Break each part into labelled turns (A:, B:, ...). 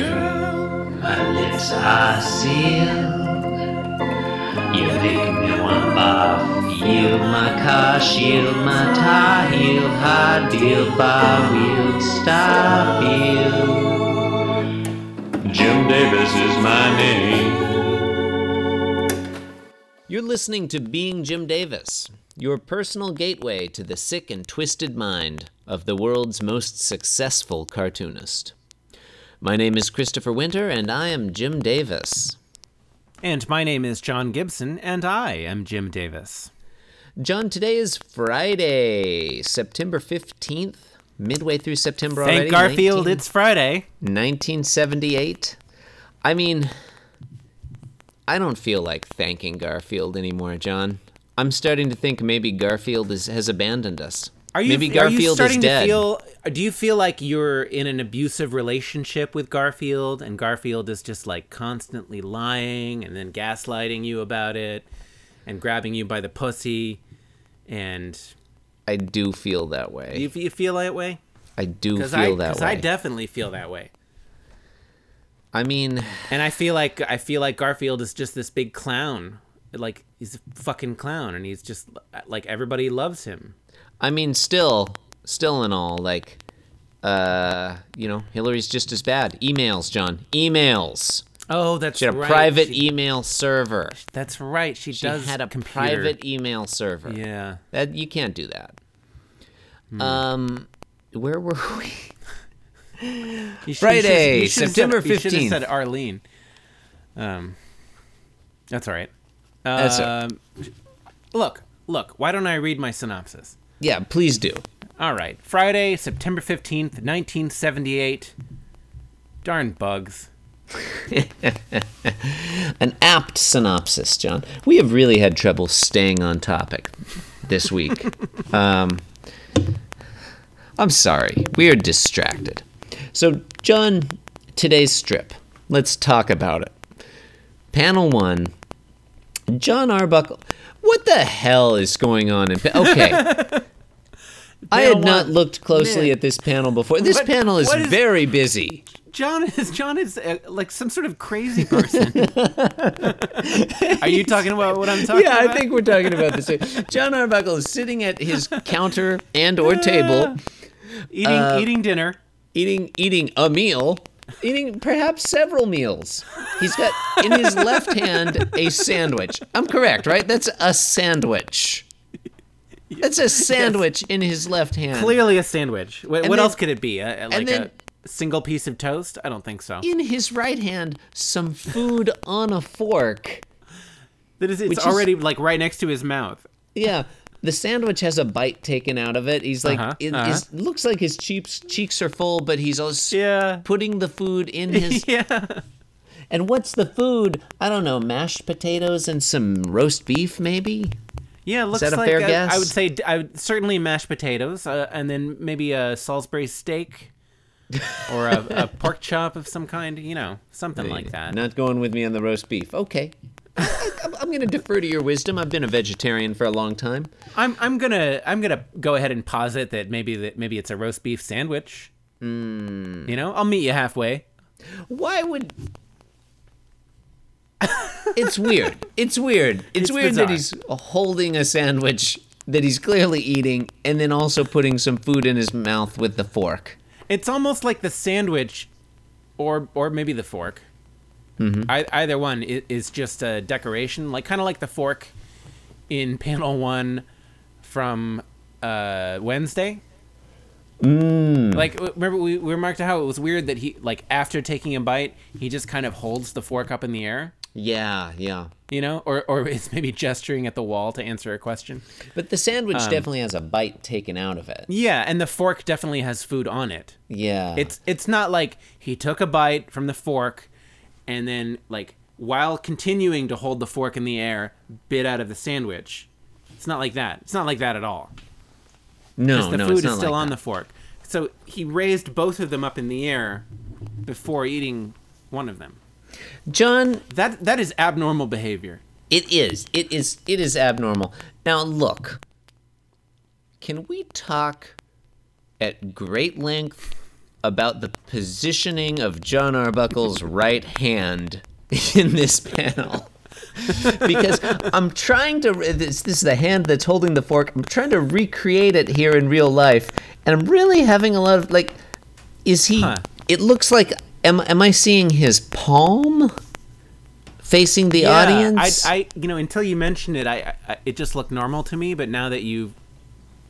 A: Girl, my lips are sealed. You make me want off. Yield my car, shield my tie, heel, high deal, bar wheel, stop you. Jim Davis is my name.
B: You're listening to Being Jim Davis, your personal gateway to the sick and twisted mind of the world's most successful cartoonist. My name is Christopher Winter, and I am Jim Davis.
C: And my name is John Gibson, and I am Jim Davis.
B: John, today is Friday, September 15th, midway through September already.
C: Thank Garfield,
B: 19
C: it's Friday.
B: 1978. I mean, I don't feel like thanking Garfield anymore, John. I'm starting to think maybe Garfield is, has abandoned us.
C: Are you,
B: maybe
C: are you
B: Garfield
C: starting
B: is dead.
C: to feel? Do you feel like you're in an abusive relationship with Garfield, and Garfield is just like constantly lying and then gaslighting you about it, and grabbing you by the pussy, and
B: I do feel that way.
C: you, you feel that way?
B: I do feel
C: I,
B: that
C: 'cause
B: way.
C: I definitely feel that way.
B: I mean,
C: And I feel like I feel like Garfield is just this big clown. Like he's a fucking clown and he's just like everybody loves him.
B: I mean, still, still in all, like, uh, you know, Hillary's just as bad. Emails, John. Emails.
C: Oh, that's
B: She had a
C: right.
B: private
C: She-
B: email server.
C: that's right. She,
B: She
C: does
B: had a
C: computer.
B: private email server.
C: Yeah.
B: That you can't do that. Um, where were we?
C: You should-
B: Friday,
C: you should- you should have
B: September
C: said- You should have
B: 15th.
C: said Arlene. Um, that's all right. Um,
B: That's all right.
C: Look, look. Why don't I read my synopsis?
B: Yeah, please do.
C: All right. Friday, September 15th, 1978. Darn bugs.
B: An apt synopsis, John. We have really had trouble staying on topic this week. um, I'm sorry. We are distracted. So, John, today's strip. Let's talk about it. Panel one. John Arbuckle. What the hell is going on in? Pa- okay. I
C: Panel
B: had not
C: one.
B: looked closely
C: Man.
B: at this panel before. This
C: What-
B: panel is,
C: what is-
B: very busy.
C: John is John is uh, like some sort of crazy person. Are you talking about what I'm talking
B: yeah,
C: about?
B: I think we're talking about the same. John Arbuckle is sitting at his counter and or table,
C: eating
B: uh,
C: eating dinner.
B: eating eating a meal, eating perhaps several meals. He's got in his left hand a sandwich. I'm correct, right? That's a sandwich. That's a sandwich in his left hand.
C: Clearly a sandwich. What, what
B: then-
C: else could it be? A, a- like
B: then-
C: a single piece of toast? I don't think so.
B: In his right hand, some food on a fork.
C: That is,
B: which
C: it's
B: is-
C: already like right next to his mouth.
B: Yeah. The sandwich has a bite taken out of it. He's like,
C: Uh-huh,
B: it,
C: uh-huh.
B: his- looks like his cheeks cheeks are full, but he's also
C: Yeah.
B: putting the food in his.
C: Yeah.
B: And what's the food? I don't know. Mashed potatoes and some roast beef, maybe.
C: Yeah, it looks
B: that a
C: like
B: fair
C: I,
B: guess?
C: I would say d- I would certainly mashed potatoes uh, and then maybe a Salisbury steak or a, a pork chop of some kind, you know, something like that.
B: Not going with me on the roast beef. Okay. I, I'm, I'm going to defer to your wisdom. I've been a vegetarian for a long time.
C: I'm I'm gonna I'm gonna go ahead and posit that maybe that maybe it's a roast beef sandwich. You know, I'll meet you halfway.
B: Why would? It's weird. It's weird. It's,
C: It's
B: weird that
C: bizarre.
B: he's holding a sandwich that he's clearly eating, and then also putting some food in his mouth with the fork.
C: It's almost like the sandwich, or or maybe the fork. I, either one i- is just a decoration, like kind of like the fork in panel one from uh, Wednesday. Like w- remember we, we remarked how it was weird that he like after taking a bite he just kind of holds the fork up in the air.
B: Yeah, yeah.
C: you know, or or it's maybe gesturing at the wall to answer a question.
B: But the sandwich
C: Um,
B: definitely has a bite taken out of it.
C: Yeah, and the fork definitely has food on it.
B: Yeah.
C: It's it's not like he took a bite from the fork and then like while continuing to hold the fork in the air, bit out of the sandwich. It's not like that. It's not like that at all.
B: Oh, no,
C: the
B: no,
C: food
B: it's not
C: is still
B: like
C: on
B: that.
C: the fork. So he raised both of them up in the air before eating one of them.
B: John,
C: That that is abnormal behavior.
B: It is. It is. It is abnormal. Now look. Can we talk at great length about the positioning of John Arbuckle's right hand in this panel. because I'm trying to re- this, this is the hand that's holding the fork. I'm trying to recreate it here in real life, and I'm really having a lot of like, is he?
C: Huh.
B: It looks like am am I seeing his palm facing the audience?
C: I, I, you know, until you mentioned it, I, I, it just looked normal to me. But now that you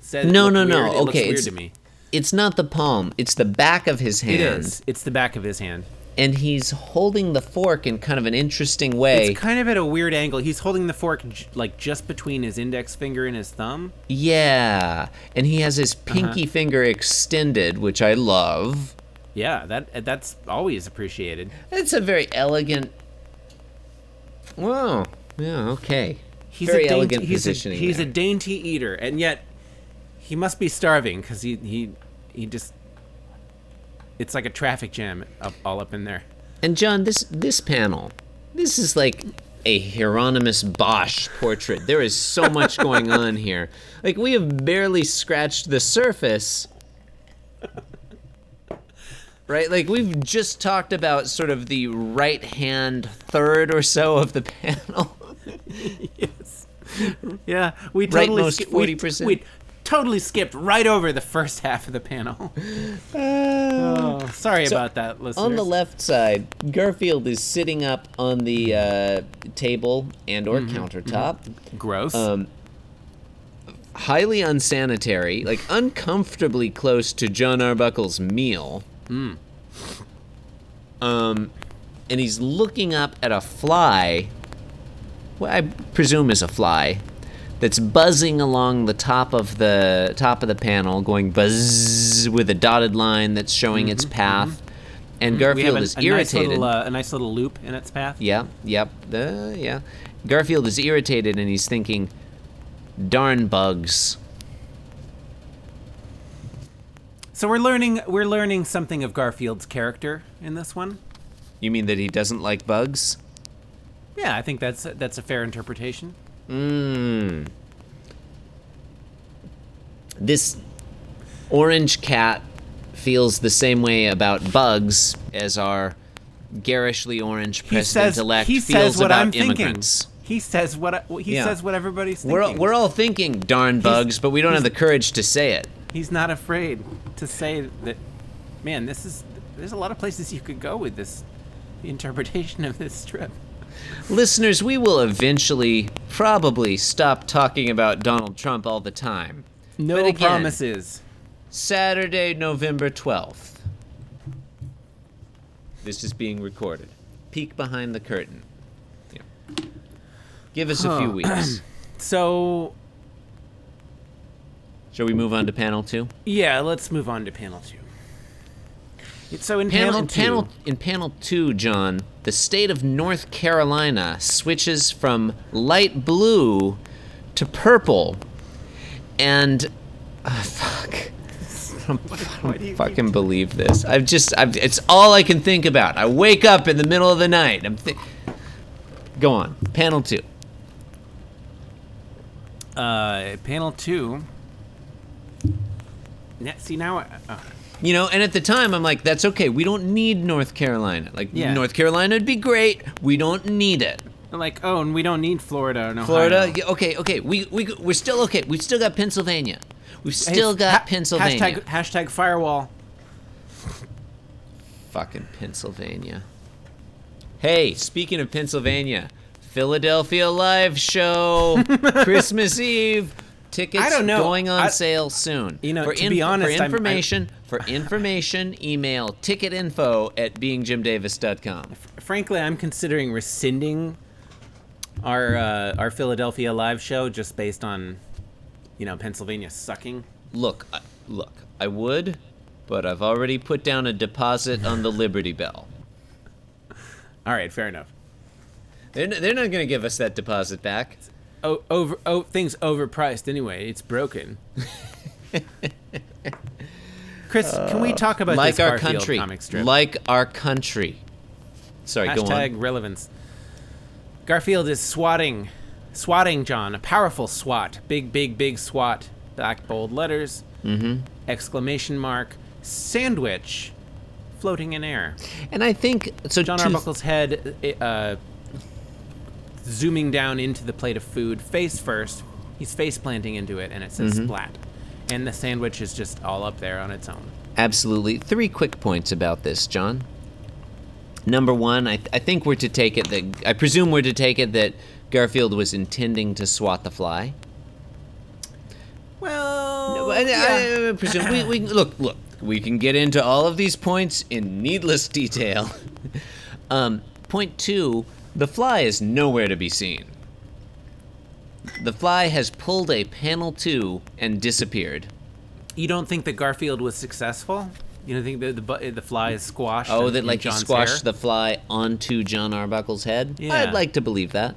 C: said, it
B: No,
C: looked
B: no, no,
C: weird, it looks
B: okay,
C: weird
B: it's
C: to me.
B: it's not the palm. It's the back of his hand.
C: It is. It's the back of his hand.
B: and he's holding the fork in kind of an interesting way.
C: It's kind of at a weird angle. He's holding the fork j- like just between his index finger and his thumb.
B: yeah, and he has his
C: Uh-huh.
B: pinky finger extended, which I love.
C: Yeah, that that's always appreciated.
B: It's a very elegant. Whoa. Yeah. Okay.
C: He's
B: very
C: a dainty,
B: elegant
C: he's
B: positioning.
C: A, he's
B: there.
C: a dainty eater, and yet he must be starving because he he he just. It's like a traffic jam up, all up in there.
B: and John, this this panel, this is like a Hieronymus Bosch portrait. There is so much going on here. Like we have barely scratched the surface. Right, like we've just talked about sort of the right hand third or so of the panel.
C: Yeah, we
B: Right
C: totally
B: most
C: ski- we-
B: 40%.
C: We, totally skipped right over the first half of the panel. oh, sorry about that, listeners.
B: on the left side, Garfield is sitting up on the uh, table and or countertop,
C: gross.
B: um, highly unsanitary, like uncomfortably close to John Arbuckle's meal.
C: Hmm.
B: Um, and he's looking up at a fly, what I presume is a fly, that's buzzing along the top of the top of the panel, going buzz with a dotted line that's showing its path. And
C: Mm-hmm, we have
B: Garfield
C: a,
B: is
C: a nice
B: irritated.
C: little uh, a nice little loop in its path.
B: Yeah, yep, uh, yeah. Garfield is irritated and he's thinking, "Darn bugs."
C: So we're learning we're learning something of Garfield's character in this one.
B: You mean that he doesn't like bugs?
C: Yeah, I think that's that's a fair interpretation.
B: This orange cat feels the same way about bugs as our garishly orange
C: He says
B: president-elect
C: he
B: feels
C: says what
B: about
C: I'm
B: immigrants.
C: thinking. He says what I- he
B: Yeah.
C: says what everybody's
B: We're all,
C: thinking.
B: we're all thinking, "Darn bugs," but we don't have the
C: he's-
B: courage to say it.
C: He's not afraid to say that. Man, this is there's a lot of places you could go with this interpretation of this strip.
B: Listeners, we will eventually probably stop talking about Donald Trump all the time.
C: No
B: But again,
C: promises.
B: Saturday, November 12th. This is being recorded. Peek behind the curtain. Yeah. Give us a few
C: Huh.
B: weeks.
C: So
B: Shall we move on to panel two?
C: yeah, let's move on to panel two. So in
B: Panel,
C: panel,
B: in,
C: two,
B: panel, in panel two, John, the state of North Carolina switches from light blue to purple. And. ah, fuck.
C: why do you keep-
B: fucking believe this. I've just, I've, it's all I can think about. I wake up in the middle of the night. I'm thi- Go on, panel two.
C: uh, panel two. Yeah, see now, I, uh,
B: You know, and at the time, I'm like, that's okay. We don't need North Carolina. Like,
C: Yeah.
B: North Carolina would be great. We don't need it.
C: I'm like oh, and we don't need Florida. No,
B: Florida, yeah, okay, okay. We, we, we're still okay. We've still got Pennsylvania. We've still got Pennsylvania.
C: Hashtag, hashtag firewall.
B: Fucking Pennsylvania. Hey, speaking of Pennsylvania, Philadelphia Live Show, Christmas Eve. Tickets
C: I don't know.
B: going on
C: I-
B: sale soon.
C: You know,
B: for
C: to be honest, I'm-
B: for
C: I'm-
B: information, for information, email ticketinfo at beingjimdavis.com.
C: Frankly, I'm considering rescinding our uh, our Philadelphia live show just based on, you know, Pennsylvania sucking.
B: Look, I, look, I would, but I've already put down a deposit on the Liberty Bell.
C: All right, fair enough.
B: They're, n- they're not going to give us that deposit back.
C: Oh, over oh, things overpriced anyway. It's broken. Chris, can we talk about
B: like
C: this
B: our
C: Garfield
B: country.
C: comic strip?
B: Like our country. Sorry, go on.
C: Hashtag relevance. Garfield is swatting, swatting John. A powerful swat. Big, big, big swat. Black bold letters. Mm-hmm. Exclamation mark. Sandwich floating in air.
B: And I think so.
C: John
B: two-
C: Arbuckle's head uh, zooming down into the plate of food face first. He's face planting into it, and it says
B: Mm-hmm.
C: splat. And the sandwich is just all up there on its own.
B: Absolutely. Three quick points about this, John. Number one, I, I think we're to take it that I presume we're to take it that Garfield was intending to swat the fly.
C: Well,
B: I, I- I presume we, we look look we can get into all of these points in needless detail. um, point two, the fly is nowhere to be seen. The fly has pulled a panel two and disappeared.
C: you don't think that Garfield was successful? You don't think that the bu- the fly is squashed?
B: Oh,
C: in-
B: that
C: in
B: like he
C: John's
B: squashed
C: hair?
B: the fly onto John Arbuckle's head.
C: Yeah.
B: I'd like to believe that.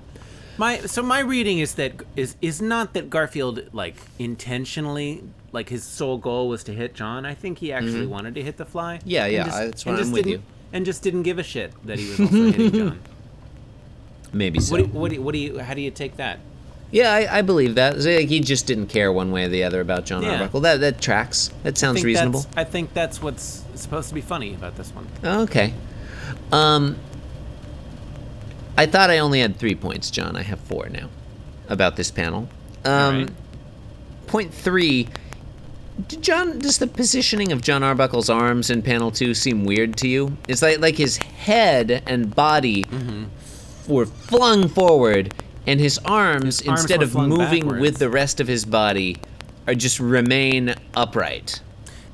C: My so my reading is that is is not that Garfield like intentionally like his sole goal was to hit John. I think he actually wanted to hit the fly.
B: Mm-hmm. Yeah,
C: and
B: yeah, I- that's what
C: and
B: I'm
C: just
B: with
C: didn't-
B: you.
C: And just didn't give a shit that he was also hitting John.
B: Maybe so.
C: What do, you- what do, you- what do you how do you take that?
B: yeah, I, I believe that. So, like, he just didn't care one way or the other about John
C: Yeah.
B: Arbuckle. That that tracks. That sounds
C: think
B: reasonable.
C: That's, I think that's what's supposed to be funny about this one.
B: Okay. Um I thought I only had 3 points, John. I have 4 now about this panel. Um
C: Alright.
B: point 3 d- John, does the positioning of John Arbuckle's arms in panel 2 seem weird to you? It's like like his head and body were flung forward and his arms,
C: Mm-hmm. arms
B: instead
C: were
B: of
C: flung
B: moving with
C: backwards.
B: the rest of his body are just remain upright.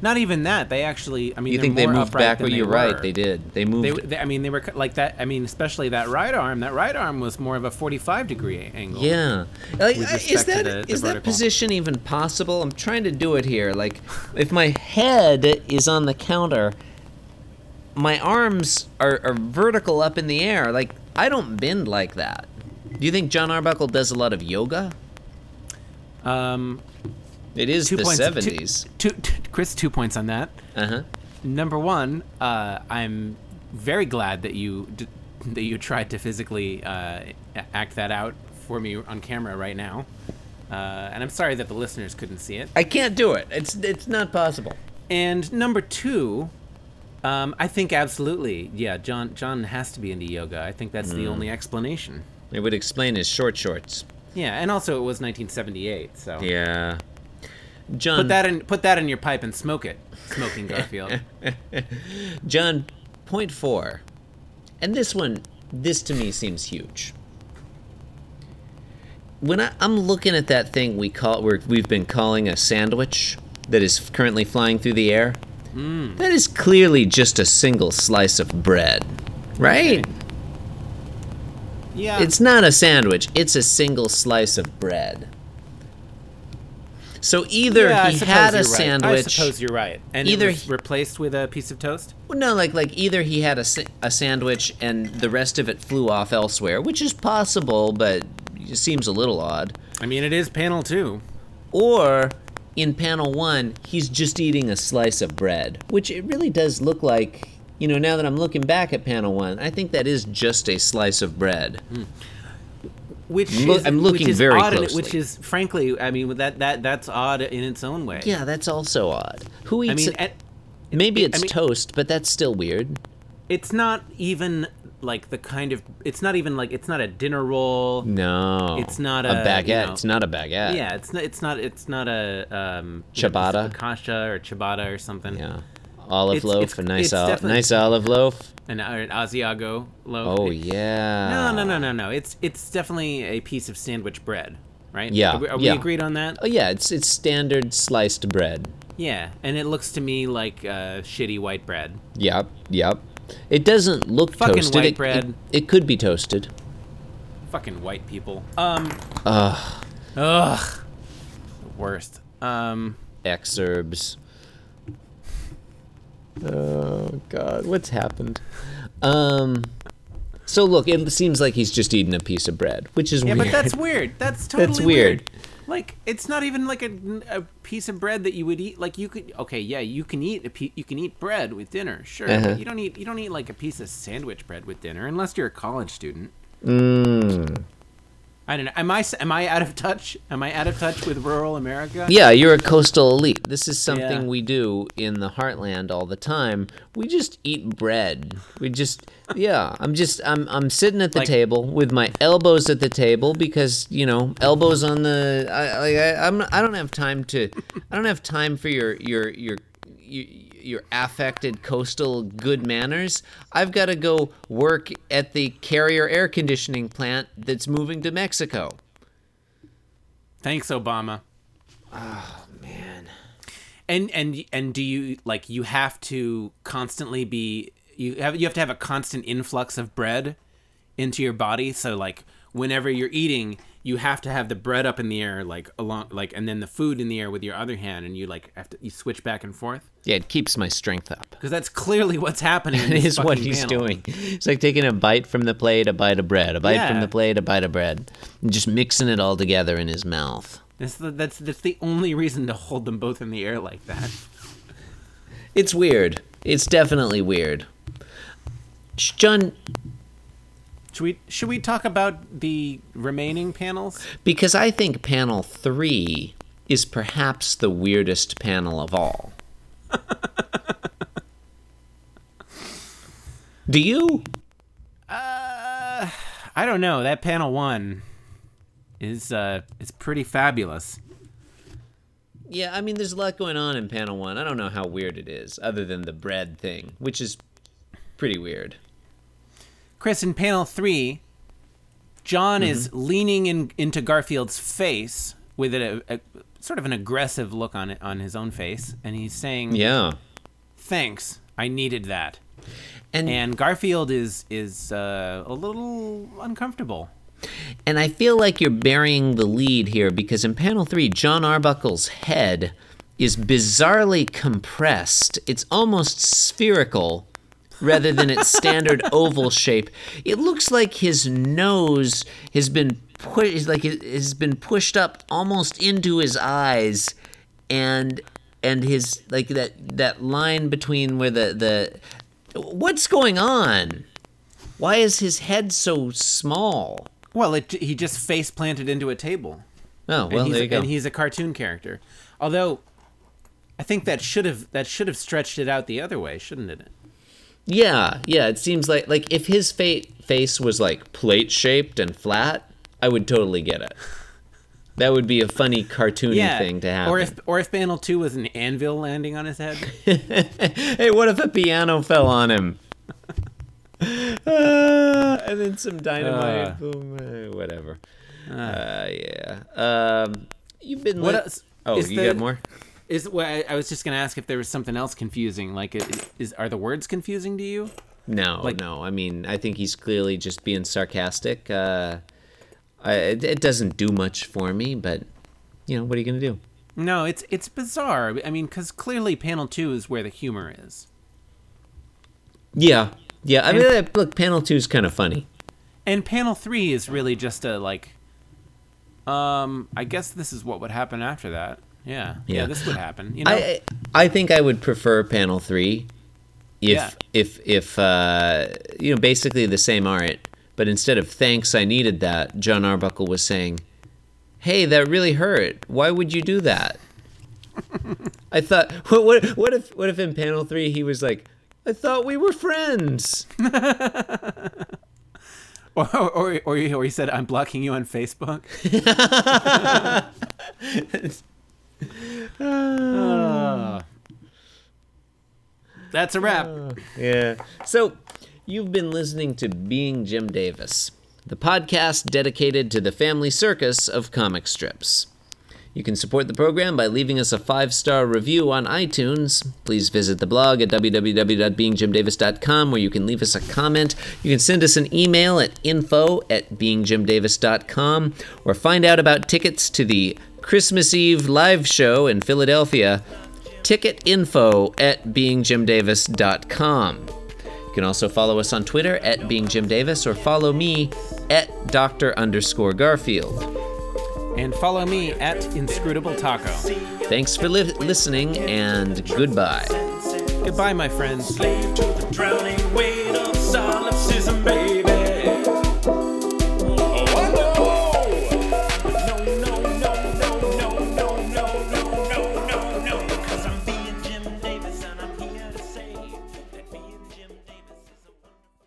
C: Not even that. They actually I mean
B: You
C: they're
B: think they
C: more
B: moved
C: upright
B: backward?
C: than
B: You're
C: were.
B: right, they did. They moved
C: They, they, I mean, they were c- like that. I mean, especially that right arm. That right arm was more of a 45 degree angle.
B: Yeah. Like,
C: Oh. With
B: I-
C: respect
B: is
C: to
B: that
C: the- the
B: is that
C: vertical.
B: position even possible? I'm trying to do it here. Like, if my head is on the counter, my arms are, are vertical up in the air. Like, I don't bend like that. Do you think John Arbuckle does a lot of yoga?
C: Um,
B: It is
C: two
B: the
C: points.
B: 70s.
C: Two, two, t- Chris, two points on that.
B: Uh huh.
C: Number one, uh, I'm very glad that you d- that you tried to physically uh, a- act that out for me on camera right now. Uh, and I'm sorry that the listeners couldn't see it.
B: I can't do it. It's it's not possible.
C: And number two, um, I think absolutely, yeah. John John has to be into yoga. I think that's
B: Hmm.
C: the only explanation.
B: It would explain his short shorts.
C: Yeah, and also it was 1978, so
B: Yeah. John.
C: put that in put that in your pipe and smoke it, smoking Garfield.
B: John, point four. And this one, this to me seems huge. When I, I'm looking at that thing we call we're, we've been calling a sandwich that is currently flying through the air, that is clearly just a single slice of bread, right?
C: yeah,
B: It's not a sandwich. It's a single slice of bread. So either
C: Yeah, I
B: he
C: suppose
B: had a
C: you're right.
B: sandwich.
C: I suppose you're right. And
B: Either
C: either was
B: he-
C: replaced with a piece of toast.
B: Well, no, like like either he had a, sa- a sandwich and the rest of it flew off elsewhere, which is possible, but it seems a little odd.
C: I mean, it is panel two.
B: Or in panel one, he's just eating a slice of bread, which it really does look like. You know, now that I'm looking back at panel one, I think that is just a slice of bread.
C: Hmm. Which
B: Look-
C: is,
B: I'm looking
C: which is
B: very
C: odd in it-
B: closely.
C: Which is frankly, I mean, that that that's odd in its own way.
B: Yeah, that's also odd. Who eats?
C: I mean,
B: it?
C: at-
B: maybe
C: it- I
B: it's
C: mean-
B: toast, but that's still weird.
C: it's not even like the kind of. It's not even like it's not a dinner roll.
B: No,
C: It's not a,
B: a
C: you
B: baguette.
C: know-
B: it's not a baguette.
C: Yeah, it's not. It's not. It's not a um, you know,
B: Ciabatta?
C: focaccia or ciabatta or something.
B: yeah. Olive
C: It's-
B: loaf,
C: it's-
B: a nice,
C: it's
B: ol-
C: definitely-
B: nice olive loaf.
C: An, or an Asiago loaf.
B: Oh
C: It-
B: yeah.
C: No, no, no, no, no. It's it's definitely a piece of sandwich bread, right?
B: Yeah,
C: Are we, are
B: yeah.
C: we agreed on that?
B: Oh yeah, it's it's standard sliced bread.
C: Yeah, and it looks to me like uh, shitty white bread.
B: Yep, yep. It doesn't look
C: Fucking
B: toasted.
C: white
B: it, it-
C: bread.
B: It, could be toasted.
C: Fucking white people. Um. Ugh. The worst. Um.
B: Exerbs. Oh God, what's happened? Um. So look, it seems like he's just eating a piece of bread, which is
C: Yeah,
B: weird.
C: but that's weird. That's totally
B: weird.
C: Like it's not even like a, a piece of bread that you would eat. Like you could okay, yeah, you can eat a pe- you can eat bread with dinner, sure.
B: Uh-huh.
C: But you don't eat you don't eat like a piece of sandwich bread with dinner unless you're a college student. I don't know. Am I s- am I out of touch? Am I out of touch with rural America?
B: Yeah, you're a coastal elite. This is something
C: Yeah.
B: we do in the heartland all the time. We just eat bread. We just yeah, I'm just I'm I'm sitting at the
C: Like-
B: table with my elbows at the table because, you know, elbows on the I like I I'm I don't have time to I don't have time for your your your your, your affected coastal good manners. I've got to go work at the carrier air conditioning plant that's moving to Mexico.
C: Thanks, Obama. Oh man. And and and do you like you have to constantly be you have you have to have a constant influx of bread into your body. So like whenever you're eating, you have to have the bread up in the air like along like and then the food in the air with your other hand, and you like have to you switch back and forth
B: Yeah, it keeps my strength up.
C: because that's clearly what's happening. in
B: It
C: this
B: is what
C: fucking
B: he's
C: panel.
B: doing. It's like taking a bite from the plate, a bite of bread, a bite from
C: Yeah.
B: the plate, a bite of bread, and just mixing it all together in his mouth.
C: That's the, that's that's the only reason to hold them both in the air like that.
B: It's weird. It's definitely weird. Sh- John,
C: Should we should we talk about the remaining panels?
B: because I think panel three is perhaps the weirdest panel of all. Do you?
C: I don't know. That panel one is uh it's pretty fabulous.
B: Yeah, I mean, there's a lot going on in panel one. I don't know how weird it is, other than the bread thing, which is pretty weird.
C: Chris in panel three, John is
B: Mm-hmm.
C: leaning in into Garfield's face with a, a sort of an aggressive look on it on his own face, and he's saying,
B: Yeah.
C: "Thanks, I needed that."
B: And,
C: And Garfield is is uh, a little uncomfortable.
B: And I feel like you're burying the lead here because in panel three, John Arbuckle's head is bizarrely compressed. It's almost spherical rather than its standard oval shape. It looks like his nose has been pushed, like it has been pushed up almost into his eyes, and and his like that that line between where the the what's going on. Why is his head so small?
C: Well, it, he just face planted into a table.
B: Oh well,
C: and, he's
B: there you go.
C: and he's a cartoon character. Although, I think that should have that should have stretched it out the other way, shouldn't it?
B: yeah, yeah. It seems like like if his fa- face was like plate shaped and flat, I would totally get it. That would be a funny cartoony thing to happen.
C: Or if or if panel two was an anvil landing on his head.
B: hey, what if a piano fell on him? Ah, and then some dynamite.
C: Uh.
B: boom, eh, whatever. Uh, yeah. Um, you've been.
C: Ah. What
B: lit-
C: else?
B: Oh,
C: Is
B: you
C: the-
B: got more?
C: Is well, I, I was just gonna ask if there was something else confusing. Like, it- is are the words confusing to you?
B: No,
C: Like-
B: no. I mean, I think he's clearly just being sarcastic. Uh, I, it, it doesn't do much for me, but you know, what are you gonna do?
C: No, it's it's bizarre. I mean, because clearly panel two is where the humor is,
B: Yeah, yeah. I mean, uh, look, panel two is kind of funny.
C: and panel three is really just a like. Um, I guess this is what would happen after that. Yeah, yeah,
B: Yeah.
C: this would happen. You know,
B: I, I I think I would prefer panel three, if
C: Yeah.
B: if if uh, you know, basically the same art, but instead of thanks, I needed that. John Arbuckle was saying, "Hey, that really hurt. Why would you do that?" I thought, what, what, what if, what if in panel three he was like, I thought we were friends.
C: Or, or, or, he- or he said, I'm blocking you on Facebook. Uh, that's a wrap.
B: Yeah. So, you've been listening to Being Jim Davis, the podcast dedicated to the family circus of comic strips. You can support the program by leaving us a five star review on iTunes. Please visit the blog at www.beingjimdavis.com where you can leave us a comment. You can send us an email at info at beingjimdavis.com or find out about tickets to the Christmas Eve live show in Philadelphia. Ticket info at beingjimdavis.com. You can also follow us on Twitter at beingjimdavis or follow me at Dr. underscore Garfield.
C: And follow me at Inscrutable Taco.
B: Thanks for li- listening and goodbye.
C: Goodbye, my friends.
D: slave to the drowning